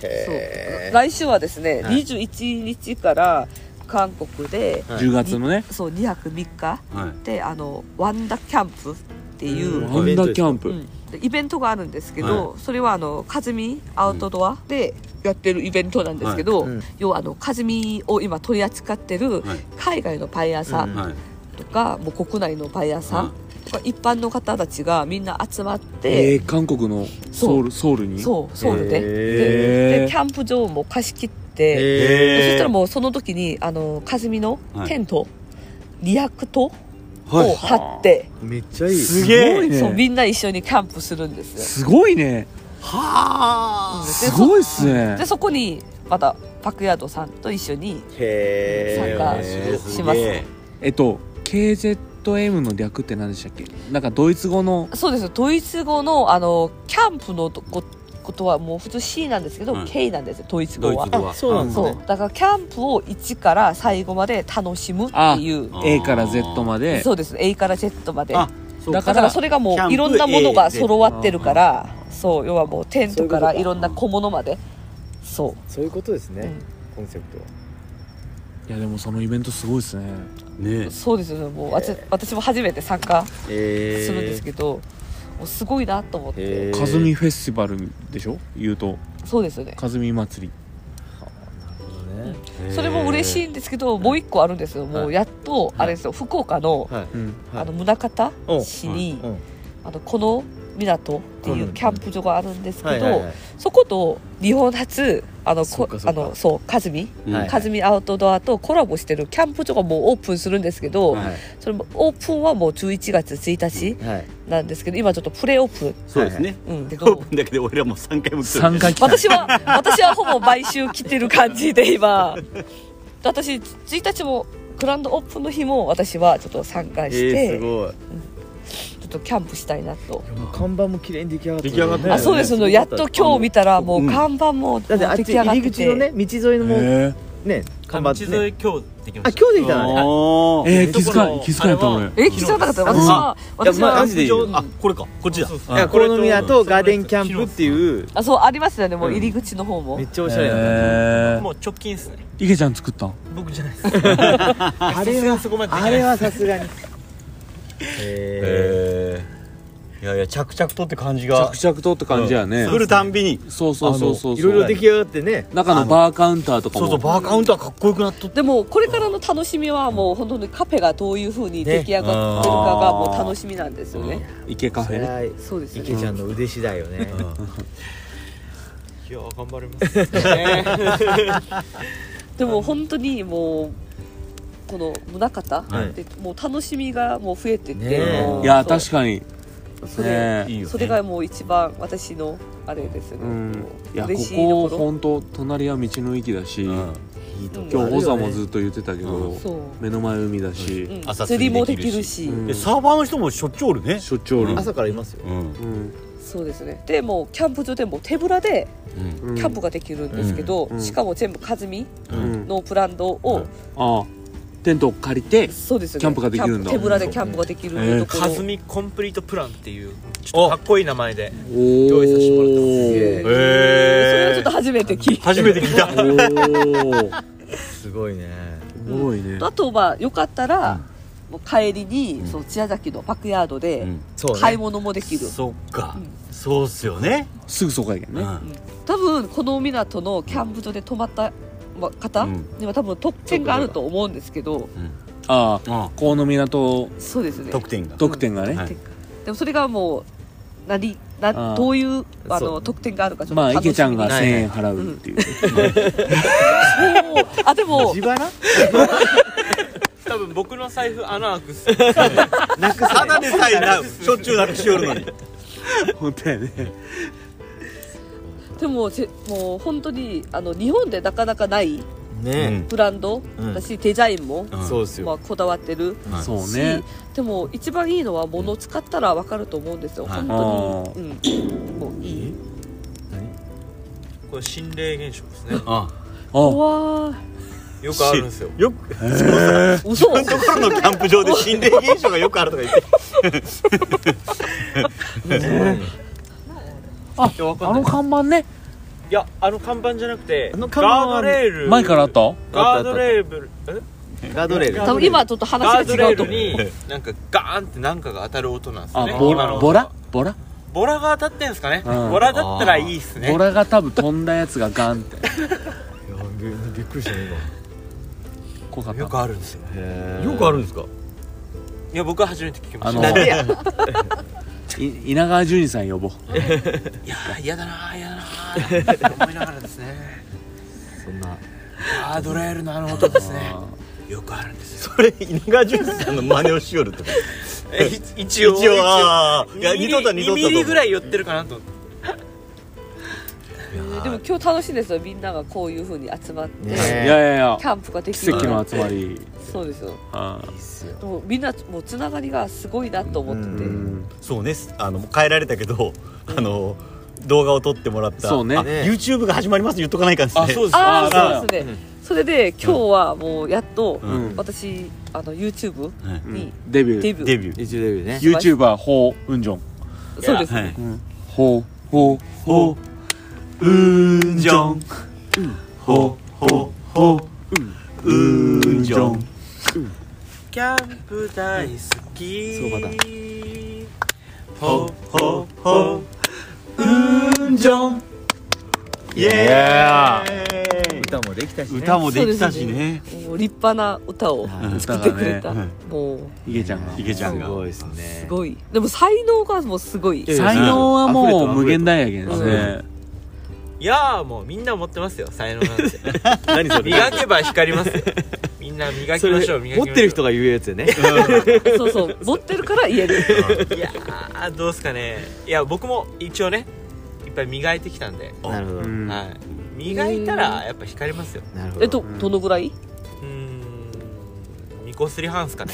[SPEAKER 3] へ
[SPEAKER 4] 来週はですね、
[SPEAKER 2] はい
[SPEAKER 4] 21日から韓国で、
[SPEAKER 3] はい
[SPEAKER 1] 10月のね
[SPEAKER 4] そう2泊3日
[SPEAKER 2] はい
[SPEAKER 4] であのワンダキャンプっていう、
[SPEAKER 3] うん
[SPEAKER 1] ワンダキャンプ
[SPEAKER 4] うんでイベントがあるんですけど、それはあのカズミアウトドアでやってるイベントなんですけど、
[SPEAKER 3] はいうん
[SPEAKER 4] 要はあのカズミを今取り扱ってる
[SPEAKER 2] はい
[SPEAKER 4] 海外のバイヤーさん
[SPEAKER 2] はい
[SPEAKER 4] とか、もう国内のバイヤーさんとか、一般の方たちがみんな集まっ
[SPEAKER 1] え
[SPEAKER 4] て、
[SPEAKER 1] ー韓国のソウルソウルに
[SPEAKER 4] そうソウルで,
[SPEAKER 1] へ
[SPEAKER 4] で、
[SPEAKER 1] ー
[SPEAKER 4] でキャンプ場も貸し切って、そしたらもうその時にあのカズミのテント、200棟を
[SPEAKER 2] はい
[SPEAKER 4] 張って、
[SPEAKER 3] めっちゃいい
[SPEAKER 2] すげえ
[SPEAKER 1] すごいね
[SPEAKER 4] そうみんな一緒にキャンプするんですよ。
[SPEAKER 1] すごいね
[SPEAKER 2] は
[SPEAKER 4] う
[SPEAKER 2] あ
[SPEAKER 4] んです
[SPEAKER 1] ごいっすね
[SPEAKER 4] でそこにまたバックヤードさんと一緒に
[SPEAKER 3] へ
[SPEAKER 4] 参加
[SPEAKER 2] へー
[SPEAKER 4] します
[SPEAKER 2] げえ
[SPEAKER 1] えっと KZM の略って何でしたっけなんかドイツ語の
[SPEAKER 4] そうですドイツ語のあのキャンプのとこことはもう普通 C なんですけど、
[SPEAKER 2] うん
[SPEAKER 4] K なんですよドイツ
[SPEAKER 2] ド
[SPEAKER 4] 語
[SPEAKER 2] イ
[SPEAKER 4] は
[SPEAKER 2] ツ語は
[SPEAKER 3] あそうなんだ
[SPEAKER 4] そ
[SPEAKER 1] ね
[SPEAKER 4] うだからキャンプを1から最後まで楽しむっていう
[SPEAKER 2] あ
[SPEAKER 1] A から Z まで
[SPEAKER 4] そうです A から Z まで
[SPEAKER 2] あ
[SPEAKER 4] だ
[SPEAKER 2] そう
[SPEAKER 1] だ
[SPEAKER 2] か
[SPEAKER 4] からそれがも
[SPEAKER 2] キャン
[SPEAKER 4] う
[SPEAKER 2] プ
[SPEAKER 4] いろんなものが
[SPEAKER 2] A で
[SPEAKER 4] 揃わってるからそう要はもうテントから
[SPEAKER 3] そうい
[SPEAKER 4] いう
[SPEAKER 3] こ
[SPEAKER 4] ろんな小物までそ
[SPEAKER 3] そういうことですね
[SPEAKER 4] うん
[SPEAKER 3] コンセプトはい
[SPEAKER 1] やでもそのイベントすごいっすね
[SPEAKER 2] ね
[SPEAKER 4] うそうですよねもうわた私も初めて参加
[SPEAKER 3] す
[SPEAKER 4] するんですけど、もうすごいなと思って
[SPEAKER 1] カズミフェスティバルでしょ言うと
[SPEAKER 4] そうですよね
[SPEAKER 1] カズミ祭り
[SPEAKER 4] それも嬉しいんですけど、もう一個あるんですよ、もうやっと、あれですよ、福岡の、
[SPEAKER 3] はい
[SPEAKER 1] うん
[SPEAKER 3] はい
[SPEAKER 4] あの宗像市に、
[SPEAKER 3] うん
[SPEAKER 4] あのこの港っていうキャンプ場があるんです
[SPEAKER 3] は
[SPEAKER 4] け
[SPEAKER 3] いはい
[SPEAKER 4] ど
[SPEAKER 3] は、い
[SPEAKER 4] そこと日本初、あの
[SPEAKER 3] そ
[SPEAKER 4] こ
[SPEAKER 3] っかそっか
[SPEAKER 4] あのそう、カズミ、
[SPEAKER 2] うん
[SPEAKER 3] はい
[SPEAKER 4] カズミアウトドアとコラボしてるキャンプ場がもうオープンするんですけど、
[SPEAKER 2] はい
[SPEAKER 4] それもオープンはもう11月1日
[SPEAKER 3] はい
[SPEAKER 4] なんですけど、今ちょっとプレオープ
[SPEAKER 2] そうですね
[SPEAKER 4] ン、うん、け
[SPEAKER 2] オ ー
[SPEAKER 4] ど
[SPEAKER 2] プ。ンだけで俺らもう3回も来てる
[SPEAKER 1] 3回来た
[SPEAKER 4] 私は私はほぼ毎週来てる感じで今私1日もグランドオープンの日も私はちょっと参加し
[SPEAKER 3] えー
[SPEAKER 4] て、
[SPEAKER 3] すごい
[SPEAKER 4] ちょっとキャンプしたいなと、
[SPEAKER 3] もう看板も綺麗に出来上がってる
[SPEAKER 2] 出来上がってる
[SPEAKER 4] あそうですよねやっと今日見たらも
[SPEAKER 2] うん
[SPEAKER 4] う看板も
[SPEAKER 3] だってあっち
[SPEAKER 4] 出来上が
[SPEAKER 3] 入り
[SPEAKER 4] って
[SPEAKER 3] 口
[SPEAKER 4] て、
[SPEAKER 3] のね道沿いのもう
[SPEAKER 1] え
[SPEAKER 3] ね看板
[SPEAKER 5] 地
[SPEAKER 3] ね
[SPEAKER 5] 添え今日できま
[SPEAKER 3] あ今
[SPEAKER 5] した
[SPEAKER 3] 日できたのね
[SPEAKER 2] あ
[SPEAKER 1] ー、えー、気
[SPEAKER 5] と
[SPEAKER 1] づ
[SPEAKER 5] こ
[SPEAKER 1] か
[SPEAKER 5] ろ
[SPEAKER 1] ん気づかんやった俺
[SPEAKER 4] え気づかなかった
[SPEAKER 2] 昨日
[SPEAKER 4] 私は私
[SPEAKER 3] いやまあ
[SPEAKER 4] は
[SPEAKER 3] マジでいいよ
[SPEAKER 2] あこれかこっちだ
[SPEAKER 5] そうそう
[SPEAKER 3] いやコ
[SPEAKER 5] これ
[SPEAKER 3] ロ
[SPEAKER 5] と
[SPEAKER 3] ノミナとガーデンキャンプっていう
[SPEAKER 4] あそうありますよねもう入り口の方も、
[SPEAKER 3] めっちゃおしゃれなね
[SPEAKER 1] え
[SPEAKER 5] もう直近ですね
[SPEAKER 1] ー、イケちゃん作ったん
[SPEAKER 5] 僕じゃないですあ
[SPEAKER 3] れは
[SPEAKER 5] そこまででき
[SPEAKER 3] あ
[SPEAKER 5] ない
[SPEAKER 3] れ
[SPEAKER 5] です
[SPEAKER 3] はさすがにへ
[SPEAKER 2] へえいやいや着々とって感じが
[SPEAKER 1] 着々とって感じやね
[SPEAKER 2] 来るたんびに
[SPEAKER 1] そうそうそうそう
[SPEAKER 3] いろいろ出
[SPEAKER 1] き
[SPEAKER 3] 来上がってね
[SPEAKER 1] 中のバーカウンターとか
[SPEAKER 2] そ
[SPEAKER 1] も
[SPEAKER 2] うそうバーカウンターかっこよくなっとっ
[SPEAKER 4] でもこれからの楽しみはもう本当にカフェがどういう風に出来上がってるかがもう楽しみなんですよね
[SPEAKER 1] 池カ
[SPEAKER 3] そ
[SPEAKER 1] フ
[SPEAKER 3] れ
[SPEAKER 1] ェね
[SPEAKER 3] は
[SPEAKER 4] そうですよ
[SPEAKER 3] 池
[SPEAKER 4] ね
[SPEAKER 3] ちゃんの腕次第よね
[SPEAKER 5] いや頑張ります
[SPEAKER 4] でも本当にもうこの宗像、
[SPEAKER 3] はい
[SPEAKER 4] でもう楽しみがもう増えてて、
[SPEAKER 3] ねえ
[SPEAKER 4] もう
[SPEAKER 1] いや確かにですね
[SPEAKER 2] いいよ、ね、
[SPEAKER 4] それがもう一番私のあれですよね、
[SPEAKER 1] うんいやこ
[SPEAKER 4] 嬉しい
[SPEAKER 1] こと
[SPEAKER 4] ころ
[SPEAKER 1] 本当隣は道の駅だし、
[SPEAKER 2] うん
[SPEAKER 5] いいとこ
[SPEAKER 1] 今
[SPEAKER 4] う
[SPEAKER 1] 日
[SPEAKER 4] ん
[SPEAKER 1] 小沢もずっと言ってたけど、
[SPEAKER 2] うん
[SPEAKER 4] そう、
[SPEAKER 1] 目の前海だし、
[SPEAKER 4] うん、
[SPEAKER 2] 朝
[SPEAKER 4] 釣りもできるし、
[SPEAKER 1] うん
[SPEAKER 2] えサーバーの人もしょっちゅうおるね
[SPEAKER 1] しょっちゅうおる、
[SPEAKER 3] 朝からいますよ
[SPEAKER 2] うん
[SPEAKER 1] うん
[SPEAKER 4] そうですねでもうキャンプ場でも手ぶらで
[SPEAKER 2] うん
[SPEAKER 4] キャンプができるんですけど、
[SPEAKER 1] うんうん
[SPEAKER 4] しかも全部和美
[SPEAKER 1] うん
[SPEAKER 4] のブランドを、
[SPEAKER 2] うん
[SPEAKER 1] ああテントを借りて
[SPEAKER 4] そうですよね
[SPEAKER 1] キャンプができるんだ
[SPEAKER 4] キャンプ手ぶらでキャンプができ
[SPEAKER 1] うん
[SPEAKER 4] るところ、
[SPEAKER 5] カズミコンプリートプランっていうちょっとかっこいい名前で
[SPEAKER 1] おー
[SPEAKER 5] 用意させてもらってます
[SPEAKER 4] え
[SPEAKER 2] へ
[SPEAKER 4] ー
[SPEAKER 2] ー
[SPEAKER 4] それはちょっと初めて聞いた
[SPEAKER 2] 初めて聞いた
[SPEAKER 1] おー
[SPEAKER 3] すごいね
[SPEAKER 1] おもろいね
[SPEAKER 4] あとはよかったら、
[SPEAKER 2] うん
[SPEAKER 4] もう帰りに、
[SPEAKER 2] うん
[SPEAKER 4] その千屋崎のバックヤードで
[SPEAKER 2] うん
[SPEAKER 3] そうね
[SPEAKER 4] 買い物もできる、
[SPEAKER 2] そっかそうっすよね
[SPEAKER 1] すぐそこやけど
[SPEAKER 2] う
[SPEAKER 1] ね、
[SPEAKER 2] ん
[SPEAKER 4] 多分この港のキャンプ場で泊まったま方
[SPEAKER 2] うん
[SPEAKER 4] には多分特典があると思うんですけど
[SPEAKER 1] ああ
[SPEAKER 2] あ
[SPEAKER 1] 河野港
[SPEAKER 4] そうですね
[SPEAKER 2] 得点が
[SPEAKER 1] 特典がね、
[SPEAKER 2] はい
[SPEAKER 4] でもそれがもう何な
[SPEAKER 1] あー
[SPEAKER 4] どういうあ
[SPEAKER 3] そう
[SPEAKER 4] の特典があるかちょっと
[SPEAKER 1] まあ
[SPEAKER 4] 楽しみ
[SPEAKER 1] 池ちゃんが
[SPEAKER 4] に
[SPEAKER 1] 1000
[SPEAKER 3] ない
[SPEAKER 1] 円払うっていう、
[SPEAKER 4] そうあで も
[SPEAKER 3] 自腹
[SPEAKER 5] 多分僕の財布穴開くっす
[SPEAKER 3] なくさ
[SPEAKER 2] ただでさえなしょっちゅうなくしよるのに
[SPEAKER 1] 本当やね
[SPEAKER 4] でもせもう本当にあの日本でなかなかない
[SPEAKER 3] ね
[SPEAKER 4] ブランド
[SPEAKER 3] うん
[SPEAKER 4] だし、デザインも、
[SPEAKER 2] うん
[SPEAKER 3] そうです
[SPEAKER 4] まあ、
[SPEAKER 3] よ
[SPEAKER 4] こだわってる
[SPEAKER 2] はい
[SPEAKER 1] そう
[SPEAKER 4] し、
[SPEAKER 1] ね
[SPEAKER 4] でも一番いいのは物を使ったら分かると思うんですよ、
[SPEAKER 2] はい
[SPEAKER 4] 本当に、うん、もういい
[SPEAKER 5] これ心霊現象ですね
[SPEAKER 2] あ
[SPEAKER 1] あ
[SPEAKER 4] わあ
[SPEAKER 5] よくあるんですよ
[SPEAKER 2] よく自
[SPEAKER 4] 嘘
[SPEAKER 2] 分のところのキャンプ場で心霊現象がよくあるとか言って
[SPEAKER 1] あ
[SPEAKER 5] いやわかん
[SPEAKER 1] あ
[SPEAKER 5] ない
[SPEAKER 1] の看板ね
[SPEAKER 5] いやあの看板じゃなくて
[SPEAKER 3] あの看板
[SPEAKER 5] ガー
[SPEAKER 3] は
[SPEAKER 5] ドレール
[SPEAKER 1] 前からあった
[SPEAKER 5] ガードレールえ
[SPEAKER 3] ガードレール
[SPEAKER 5] ガ
[SPEAKER 4] 多分今ちょっと
[SPEAKER 5] ガー
[SPEAKER 4] 話
[SPEAKER 5] ド
[SPEAKER 4] が
[SPEAKER 5] レ
[SPEAKER 4] 違
[SPEAKER 5] ー
[SPEAKER 4] うと
[SPEAKER 5] ル
[SPEAKER 4] 思う
[SPEAKER 5] になんかガーンって何かが当たる音なんですよ
[SPEAKER 1] あ
[SPEAKER 5] ね
[SPEAKER 1] ボ
[SPEAKER 5] 今の
[SPEAKER 1] ラ
[SPEAKER 5] 音
[SPEAKER 1] ボラボラ
[SPEAKER 5] ボラが当たってんですかね、
[SPEAKER 1] うん
[SPEAKER 5] ボラだったらいいっすね
[SPEAKER 1] ボラが多分飛んだやつがガンって
[SPEAKER 3] びびっくりしたね
[SPEAKER 1] 怖か
[SPEAKER 5] よ
[SPEAKER 1] っ
[SPEAKER 5] く
[SPEAKER 1] た
[SPEAKER 5] あるんですよ
[SPEAKER 3] 今
[SPEAKER 2] よくあるんですか
[SPEAKER 5] いや僕は初めて聞きま
[SPEAKER 1] あ
[SPEAKER 5] し
[SPEAKER 1] の
[SPEAKER 5] た
[SPEAKER 3] な んでや
[SPEAKER 1] い稲川淳二さん呼ぼう
[SPEAKER 5] いやー嫌だなー嫌だなーって思いながらですね
[SPEAKER 3] そんな
[SPEAKER 5] ガードレールのあの音ですね
[SPEAKER 1] あ
[SPEAKER 5] よくあるんですよ
[SPEAKER 2] これ稲川淳二さんの真似をしよるってこと
[SPEAKER 5] えい一応
[SPEAKER 2] 一応あーいや
[SPEAKER 5] 2ミ
[SPEAKER 2] 二度と
[SPEAKER 5] リ
[SPEAKER 2] 二度
[SPEAKER 5] 2
[SPEAKER 2] と
[SPEAKER 5] ミリぐらい寄ってるかなと思って
[SPEAKER 4] えーでも今日楽しいですよみんながこういうふうに集まって、
[SPEAKER 1] ーい
[SPEAKER 3] ね
[SPEAKER 1] やいやいや
[SPEAKER 4] キャンプができ
[SPEAKER 1] 奇
[SPEAKER 4] る
[SPEAKER 1] 跡の集まり
[SPEAKER 4] そうですよ
[SPEAKER 1] ああ
[SPEAKER 4] でもみんなもうつながりがすごいなと思ってて、
[SPEAKER 1] うん
[SPEAKER 2] そうねあのもう変えられたけどあの動画を撮ってもらった
[SPEAKER 1] そうね
[SPEAKER 2] あ YouTube が始まりますって言っとかないからですね
[SPEAKER 5] あそうです
[SPEAKER 4] あ
[SPEAKER 1] あ
[SPEAKER 4] あそうですね、それで今日はもうやっと、
[SPEAKER 1] うん
[SPEAKER 4] 私あの YouTube
[SPEAKER 2] はい
[SPEAKER 4] に
[SPEAKER 1] デビュ
[SPEAKER 4] デ
[SPEAKER 1] ー
[SPEAKER 4] ビュー、
[SPEAKER 2] デビュー
[SPEAKER 3] 一応デビューね
[SPEAKER 1] YouTuber ホーウンジョン
[SPEAKER 4] そうです、
[SPEAKER 2] はい
[SPEAKER 1] ホーホーホーウンジョンホーホーホーウンジョン
[SPEAKER 5] キャンプ大好き
[SPEAKER 3] そうま
[SPEAKER 5] ほほほ
[SPEAKER 1] ウンジョン
[SPEAKER 2] イエーイ
[SPEAKER 3] 歌もできたしね
[SPEAKER 2] 歌もできたしね
[SPEAKER 4] もう立派な歌を
[SPEAKER 3] は
[SPEAKER 4] 作ってくれた、
[SPEAKER 1] 歌
[SPEAKER 2] がね
[SPEAKER 4] もう
[SPEAKER 1] いげちゃんが
[SPEAKER 2] いけちゃん
[SPEAKER 3] す
[SPEAKER 2] が
[SPEAKER 3] ごいですね
[SPEAKER 4] すごいでも才能がもうすごい
[SPEAKER 3] やいや
[SPEAKER 1] 才能はもう無限大やけどね
[SPEAKER 5] いやーもうみんな持ってますよ才能なんて
[SPEAKER 3] 何それ
[SPEAKER 5] 磨けば光ります よみんな磨きましょう磨きましょ
[SPEAKER 3] 持
[SPEAKER 5] う
[SPEAKER 3] ってる人が言うやつよね
[SPEAKER 4] そうそう持ってるから言える
[SPEAKER 5] いやーどうすかねいや僕も一応ねいっぱい磨いてきたんで、
[SPEAKER 3] なるほど
[SPEAKER 1] うん
[SPEAKER 5] はい磨いたらやっぱ光りますよ
[SPEAKER 3] なるほど
[SPEAKER 4] えどどのぐらいう
[SPEAKER 5] ーん2個すり半っ すかね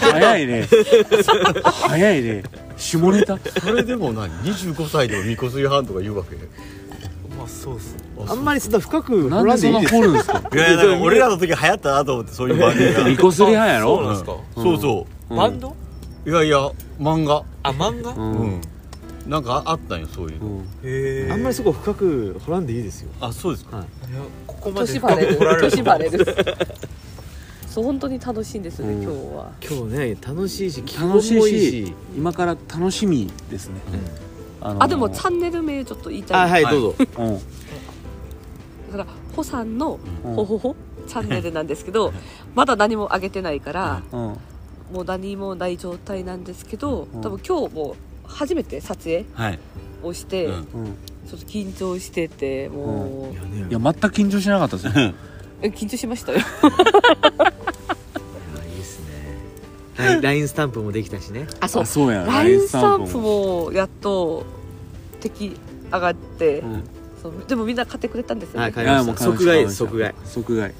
[SPEAKER 1] 早いね早いね下ネタ
[SPEAKER 2] それでも何25歳でもみこすり半とか言うわけ
[SPEAKER 5] まあそうっすね
[SPEAKER 3] あんまりそんな深く
[SPEAKER 1] な
[SPEAKER 3] 掘
[SPEAKER 1] ん
[SPEAKER 3] ら
[SPEAKER 1] でそん
[SPEAKER 3] んでい
[SPEAKER 1] な
[SPEAKER 3] いです
[SPEAKER 1] 掘るんですか
[SPEAKER 2] いやいやだから俺らの時流行ったなと思ってそういう番組が
[SPEAKER 1] みこすり派や
[SPEAKER 5] そうなん
[SPEAKER 1] ろ
[SPEAKER 5] すか
[SPEAKER 2] うんそうそ
[SPEAKER 1] うん
[SPEAKER 5] バンド
[SPEAKER 2] ういやいや漫画
[SPEAKER 5] あ漫画、
[SPEAKER 1] う
[SPEAKER 2] うんんなんかあったんよそういう
[SPEAKER 1] う
[SPEAKER 2] の
[SPEAKER 1] ん
[SPEAKER 5] へえ
[SPEAKER 3] あんまりそこ深く掘らんでいいですよ
[SPEAKER 2] あそうですか
[SPEAKER 5] ここまで
[SPEAKER 4] 年バレる
[SPEAKER 5] 来られる
[SPEAKER 4] 年バレるそう本当に楽しいんですよね、
[SPEAKER 1] うん
[SPEAKER 4] 今日は
[SPEAKER 3] 今日ね楽しいし気温も
[SPEAKER 1] 楽
[SPEAKER 3] い
[SPEAKER 1] しい
[SPEAKER 3] いし
[SPEAKER 1] し今から楽しみですねあのー
[SPEAKER 4] あでもチャンネル名ちょっと言いたい、
[SPEAKER 3] あはいどうぞ
[SPEAKER 1] うん
[SPEAKER 4] だからホさんの
[SPEAKER 1] うん
[SPEAKER 4] ほほほチャンネルなんですけどまだ何も上げてないから
[SPEAKER 1] うん
[SPEAKER 4] もう何もない状態なんですけど
[SPEAKER 1] うん
[SPEAKER 4] 多分今日もう初めて撮影
[SPEAKER 2] はい
[SPEAKER 4] をして、
[SPEAKER 2] うん
[SPEAKER 1] うん
[SPEAKER 4] ちょっと緊張しててもう、
[SPEAKER 3] いやね
[SPEAKER 1] いや全く緊張しなかったですよ
[SPEAKER 4] え緊張しましたよ
[SPEAKER 3] いいですねはい LINE スタンプもできたしね
[SPEAKER 4] あそう
[SPEAKER 1] あそうや
[SPEAKER 4] LINE スタンプもやっと敵上がって、
[SPEAKER 1] うん
[SPEAKER 4] そうでもみんな買ってくれたんですよ
[SPEAKER 3] あ
[SPEAKER 4] ね
[SPEAKER 3] 買いました即買いです即
[SPEAKER 1] 即
[SPEAKER 3] 買い
[SPEAKER 1] 買即買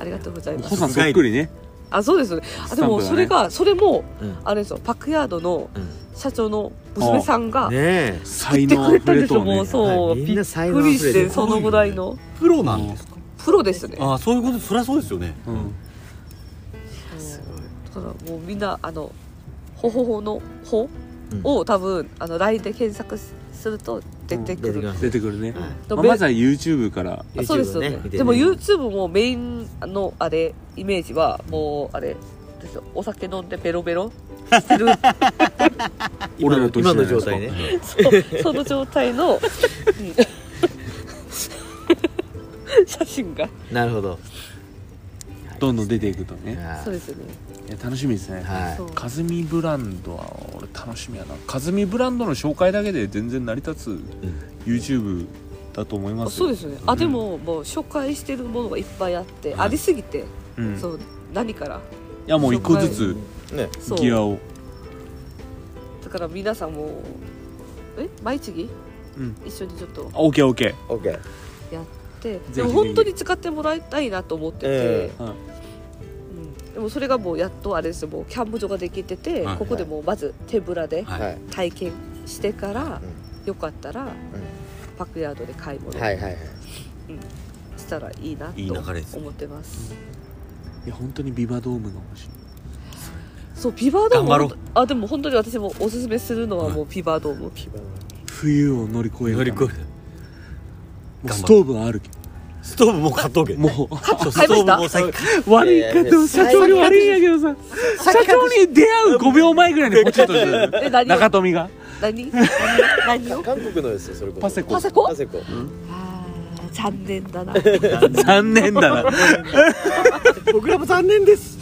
[SPEAKER 4] ありがとうございま
[SPEAKER 1] ホ
[SPEAKER 4] す
[SPEAKER 1] さんそっくりね
[SPEAKER 4] あそうですあでも
[SPEAKER 1] スタンプだね
[SPEAKER 4] それがそれも
[SPEAKER 3] うん
[SPEAKER 4] あれですよパックヤードの
[SPEAKER 3] うん
[SPEAKER 4] 社長の娘さんが
[SPEAKER 3] ねえ
[SPEAKER 1] 才
[SPEAKER 4] って
[SPEAKER 1] 能
[SPEAKER 4] く
[SPEAKER 1] あ
[SPEAKER 4] れ
[SPEAKER 1] ふれ
[SPEAKER 4] たんです
[SPEAKER 1] と
[SPEAKER 4] よ
[SPEAKER 1] う
[SPEAKER 4] も
[SPEAKER 1] ね
[SPEAKER 4] うそう
[SPEAKER 3] はい
[SPEAKER 4] び
[SPEAKER 3] みんな
[SPEAKER 4] っ
[SPEAKER 3] 才能
[SPEAKER 4] くり
[SPEAKER 3] あ
[SPEAKER 4] し
[SPEAKER 3] ふれ
[SPEAKER 4] て
[SPEAKER 3] て
[SPEAKER 4] そのぐらいの
[SPEAKER 2] プロなんですか
[SPEAKER 4] プロですねだか
[SPEAKER 2] ああそういうことそりゃそうですよね
[SPEAKER 1] うん
[SPEAKER 4] らもうみんなあのほほほのほ
[SPEAKER 3] うん
[SPEAKER 4] を多分あの LINE で検索すると出てく
[SPEAKER 3] 出てき
[SPEAKER 4] る
[SPEAKER 3] ます
[SPEAKER 1] 出てくるね
[SPEAKER 3] はい
[SPEAKER 1] まあまずは YouTube から
[SPEAKER 4] あそうですよ
[SPEAKER 3] YouTube
[SPEAKER 4] ね
[SPEAKER 3] ね見て
[SPEAKER 4] でも
[SPEAKER 3] ね
[SPEAKER 4] YouTube もメインのあれイメージはもうあれですよお酒飲んでベロベロしてる
[SPEAKER 1] 俺らと一
[SPEAKER 3] 今
[SPEAKER 1] 緒じゃな
[SPEAKER 3] の
[SPEAKER 1] いですか
[SPEAKER 3] 状態ね
[SPEAKER 4] そうその状態のうん写真が
[SPEAKER 3] なるほど
[SPEAKER 1] どんどん出ていくとね
[SPEAKER 4] そう
[SPEAKER 3] は
[SPEAKER 4] ですよね
[SPEAKER 1] いや楽しみですね
[SPEAKER 3] い
[SPEAKER 4] そう
[SPEAKER 1] カズミブランドは俺楽しみやなカズミブランドの紹介だけで全然成り立つ YouTube だと思いま
[SPEAKER 4] あ
[SPEAKER 1] す、
[SPEAKER 4] そうですすよねあでももう紹介してるものがいっぱいあって、ありすぎて、
[SPEAKER 1] うん、い
[SPEAKER 4] そう何から
[SPEAKER 1] やもう一個ずつ
[SPEAKER 2] ね
[SPEAKER 4] そ
[SPEAKER 1] ギア
[SPEAKER 4] う
[SPEAKER 1] を
[SPEAKER 4] だから皆さんもえ毎月、
[SPEAKER 1] うん
[SPEAKER 4] 一緒にちょっと
[SPEAKER 1] あ OKOK
[SPEAKER 2] オッケー
[SPEAKER 4] やって
[SPEAKER 1] ひ
[SPEAKER 4] でも本当に使ってもらいたいなと思ってて、
[SPEAKER 2] え
[SPEAKER 1] えはい
[SPEAKER 4] うんでもそれがもうやっとあれですよもうキャンプ場ができてて、
[SPEAKER 2] はい
[SPEAKER 4] ここでもうまず手ぶらで
[SPEAKER 2] はい
[SPEAKER 4] 体験してから、
[SPEAKER 2] ん
[SPEAKER 4] よかったら、パックヤードで買い物
[SPEAKER 3] はいはい
[SPEAKER 4] したらいいなと
[SPEAKER 2] いい流れですね
[SPEAKER 4] 思ってます
[SPEAKER 1] いや本当にビバドームが欲しい
[SPEAKER 4] そうビバードーム
[SPEAKER 2] 頑張ろう
[SPEAKER 4] ほんとあでも本当に私もおすすめするのはもうビバードーム、
[SPEAKER 1] 冬を乗り越える
[SPEAKER 2] 乗り越え
[SPEAKER 1] も
[SPEAKER 2] る
[SPEAKER 1] うストーブはあるけど
[SPEAKER 2] ストーブもう買っとけも
[SPEAKER 1] も
[SPEAKER 2] うス
[SPEAKER 4] 買
[SPEAKER 2] トーブ
[SPEAKER 4] いました
[SPEAKER 2] もうさっき
[SPEAKER 1] う悪いけど社長に悪いんやけどさ社長に出会う5秒前ぐらいにポチッとする
[SPEAKER 4] え何
[SPEAKER 1] 中富が
[SPEAKER 4] 何何 を
[SPEAKER 3] 韓国のですよそれこ
[SPEAKER 1] パセコ
[SPEAKER 4] パセコ
[SPEAKER 3] セコ
[SPEAKER 4] あー残念だな
[SPEAKER 1] 残念だな
[SPEAKER 3] 僕らも残念です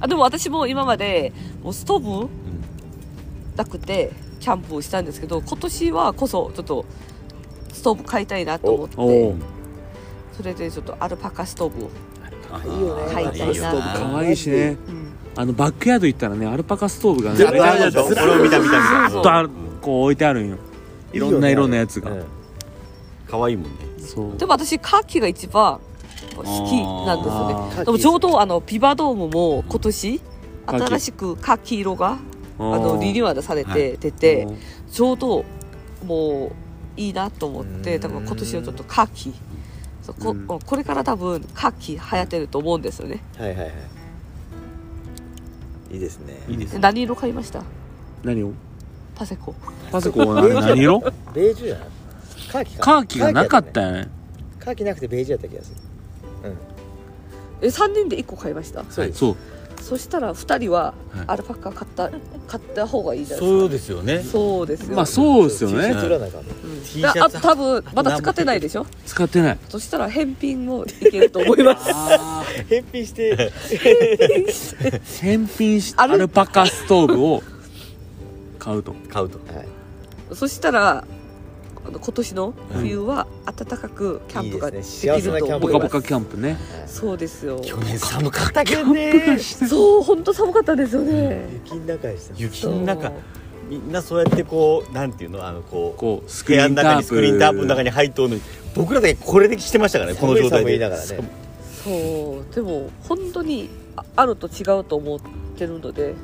[SPEAKER 4] あでも私も今までもうストーブなくてキャンプをしたんですけど今年はこそちょっとストーブ買いたいなと思って
[SPEAKER 1] お
[SPEAKER 4] それでちょっとアルパカストーブを、
[SPEAKER 2] あ
[SPEAKER 3] いいよね
[SPEAKER 4] 買いたいな
[SPEAKER 2] ストーブ買
[SPEAKER 1] か
[SPEAKER 2] う
[SPEAKER 1] わいいしねあのバックヤード行ったらねアルパカストーブがね
[SPEAKER 2] 絶対あるでしょ
[SPEAKER 1] ずっ
[SPEAKER 2] 俺も見た見た見た
[SPEAKER 4] そう
[SPEAKER 1] とあるこう置いてあるんよいろんな色のやつが
[SPEAKER 2] 可愛いもんね
[SPEAKER 1] そう
[SPEAKER 4] でも私カーキが一番好きなんですよね
[SPEAKER 1] あ
[SPEAKER 3] ー
[SPEAKER 4] でもちょうどあのピバドームも今年
[SPEAKER 1] カーキ
[SPEAKER 4] 新しくカーキ色があ
[SPEAKER 1] ー
[SPEAKER 4] のリニューアルされて出て
[SPEAKER 1] うん
[SPEAKER 4] ちょうどもういいなと思って多分今年はちょっとカーキそうこ
[SPEAKER 1] うん
[SPEAKER 4] これから多分カーキ流行ってると思うんですよね
[SPEAKER 3] はいはいはいいいですね
[SPEAKER 2] いいです
[SPEAKER 4] で何色買いました
[SPEAKER 1] 何を
[SPEAKER 4] パセコ
[SPEAKER 1] パセコはな何 色
[SPEAKER 3] ベージュやなカーキか
[SPEAKER 1] カーキがなかったよね
[SPEAKER 3] カーキなくてベージュやった気がする
[SPEAKER 4] え3人で1個買いました
[SPEAKER 2] そうです
[SPEAKER 1] そう
[SPEAKER 4] そしたら2人はアルパカ買った、買った方がいいじゃないです
[SPEAKER 2] そうですよね
[SPEAKER 4] かそうですよ、
[SPEAKER 1] まあそうですよ
[SPEAKER 3] T シ
[SPEAKER 1] ね
[SPEAKER 3] ャツ売らなあかんの
[SPEAKER 4] うん
[SPEAKER 2] T シ
[SPEAKER 4] だ
[SPEAKER 2] ャ
[SPEAKER 4] あ
[SPEAKER 2] ツ
[SPEAKER 4] と多分まだ使ってないでしょ
[SPEAKER 1] 使ってない
[SPEAKER 4] そしたら返品もいけると思います
[SPEAKER 3] 返品して
[SPEAKER 1] 返品し
[SPEAKER 4] ア
[SPEAKER 1] ア
[SPEAKER 4] ル
[SPEAKER 1] ルパカストーブを買 うと
[SPEAKER 2] 買うと
[SPEAKER 3] はい
[SPEAKER 4] そしたらあの今年の冬は暖かくキャンプが
[SPEAKER 3] いい
[SPEAKER 4] で
[SPEAKER 3] です
[SPEAKER 4] き
[SPEAKER 3] ね
[SPEAKER 4] ると
[SPEAKER 1] ポ
[SPEAKER 4] 思い
[SPEAKER 1] カ
[SPEAKER 4] ま
[SPEAKER 1] ポ
[SPEAKER 4] す
[SPEAKER 1] カキャンプね
[SPEAKER 4] そうですよ
[SPEAKER 2] 去年寒かった
[SPEAKER 3] だけどね
[SPEAKER 4] そう本当寒かったんですよね
[SPEAKER 3] 雪の中でした
[SPEAKER 2] 雪
[SPEAKER 4] そう
[SPEAKER 2] の中みんなそうやってこうなんていうのあのこう
[SPEAKER 1] こうスク
[SPEAKER 2] 部
[SPEAKER 1] リ
[SPEAKER 2] 屋
[SPEAKER 1] ー
[SPEAKER 2] の
[SPEAKER 1] ンタ
[SPEAKER 2] 中
[SPEAKER 1] ープ
[SPEAKER 2] にスクリーンタープの中に入っとうのに僕らだけこれでしてましたからねこの状
[SPEAKER 3] 寒い
[SPEAKER 2] 態
[SPEAKER 3] 寒い
[SPEAKER 2] で
[SPEAKER 3] ながらね
[SPEAKER 4] そうでも本当にああると違うと思ってるので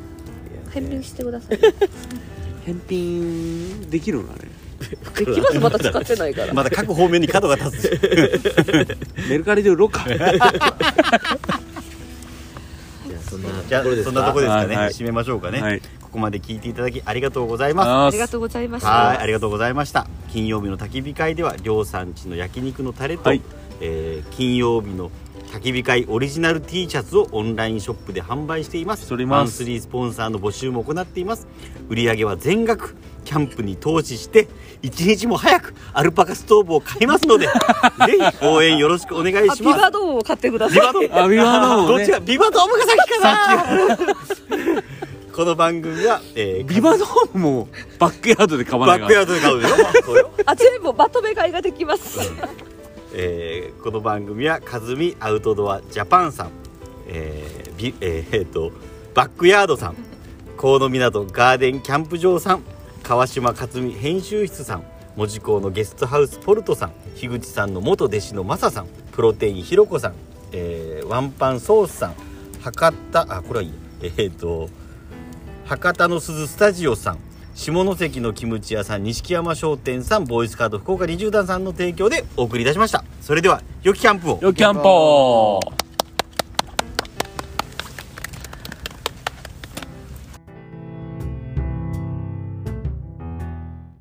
[SPEAKER 4] 返品してくださいで
[SPEAKER 1] 返品できるのかね
[SPEAKER 4] きますまだ使ってないから
[SPEAKER 2] まだ各方面に角が立つ
[SPEAKER 1] メルカリで売ろうか
[SPEAKER 3] いやそんな
[SPEAKER 2] じゃあ
[SPEAKER 3] これです
[SPEAKER 2] そんなとこですかね、
[SPEAKER 1] はいはい
[SPEAKER 2] 締めましょうかね、
[SPEAKER 1] はい
[SPEAKER 2] ここまで聞いていただきありがとうございます
[SPEAKER 4] あ
[SPEAKER 1] あ
[SPEAKER 4] りがとうございまし
[SPEAKER 2] はい
[SPEAKER 4] た
[SPEAKER 2] ありがとうございました金曜日の焚き火会ではりょうさんちの焼肉のタレと、
[SPEAKER 1] はい
[SPEAKER 2] えー金曜日の焚き火会オリジナル T シャツをオンラインショップで販売しています
[SPEAKER 1] しております
[SPEAKER 2] マンスリースポンサーの募集も行っています売り上げは全額キャンプに投資して一日も早くアルパカストーブを買います のでぜひ応援よろしくお願い
[SPEAKER 4] あ
[SPEAKER 2] し
[SPEAKER 4] ビ
[SPEAKER 2] ます
[SPEAKER 4] バドームを買ってください
[SPEAKER 1] あビバドーム
[SPEAKER 2] ど
[SPEAKER 1] ね
[SPEAKER 2] っちがビバドームが先かな この番組は、えー
[SPEAKER 1] ビバドームもバックヤードで買わな
[SPEAKER 2] バ
[SPEAKER 1] い
[SPEAKER 2] ッ
[SPEAKER 1] か
[SPEAKER 2] ク
[SPEAKER 1] ら
[SPEAKER 2] ヤードで 買うでしょそうよ
[SPEAKER 4] あ全部まとめ買いができます
[SPEAKER 2] えーこ の番組は「かずみアウトドアジャパン」さん、えーびえーえーとバックヤードさん河野港ガーデンキャンプ場さん川島克美編集室さん門司港のゲストハウスポルトさん樋口さんの元弟子のマサさんプロテインひろこさん、えーワンパンソースさん博多あこれはいいえー、っと博多の鈴スタジオさん下関のキムチ屋さん錦山商店さんボーイスカード福岡20段さんの提供でお送りいたしましたそれでは良きキャンプを
[SPEAKER 1] よキャンポー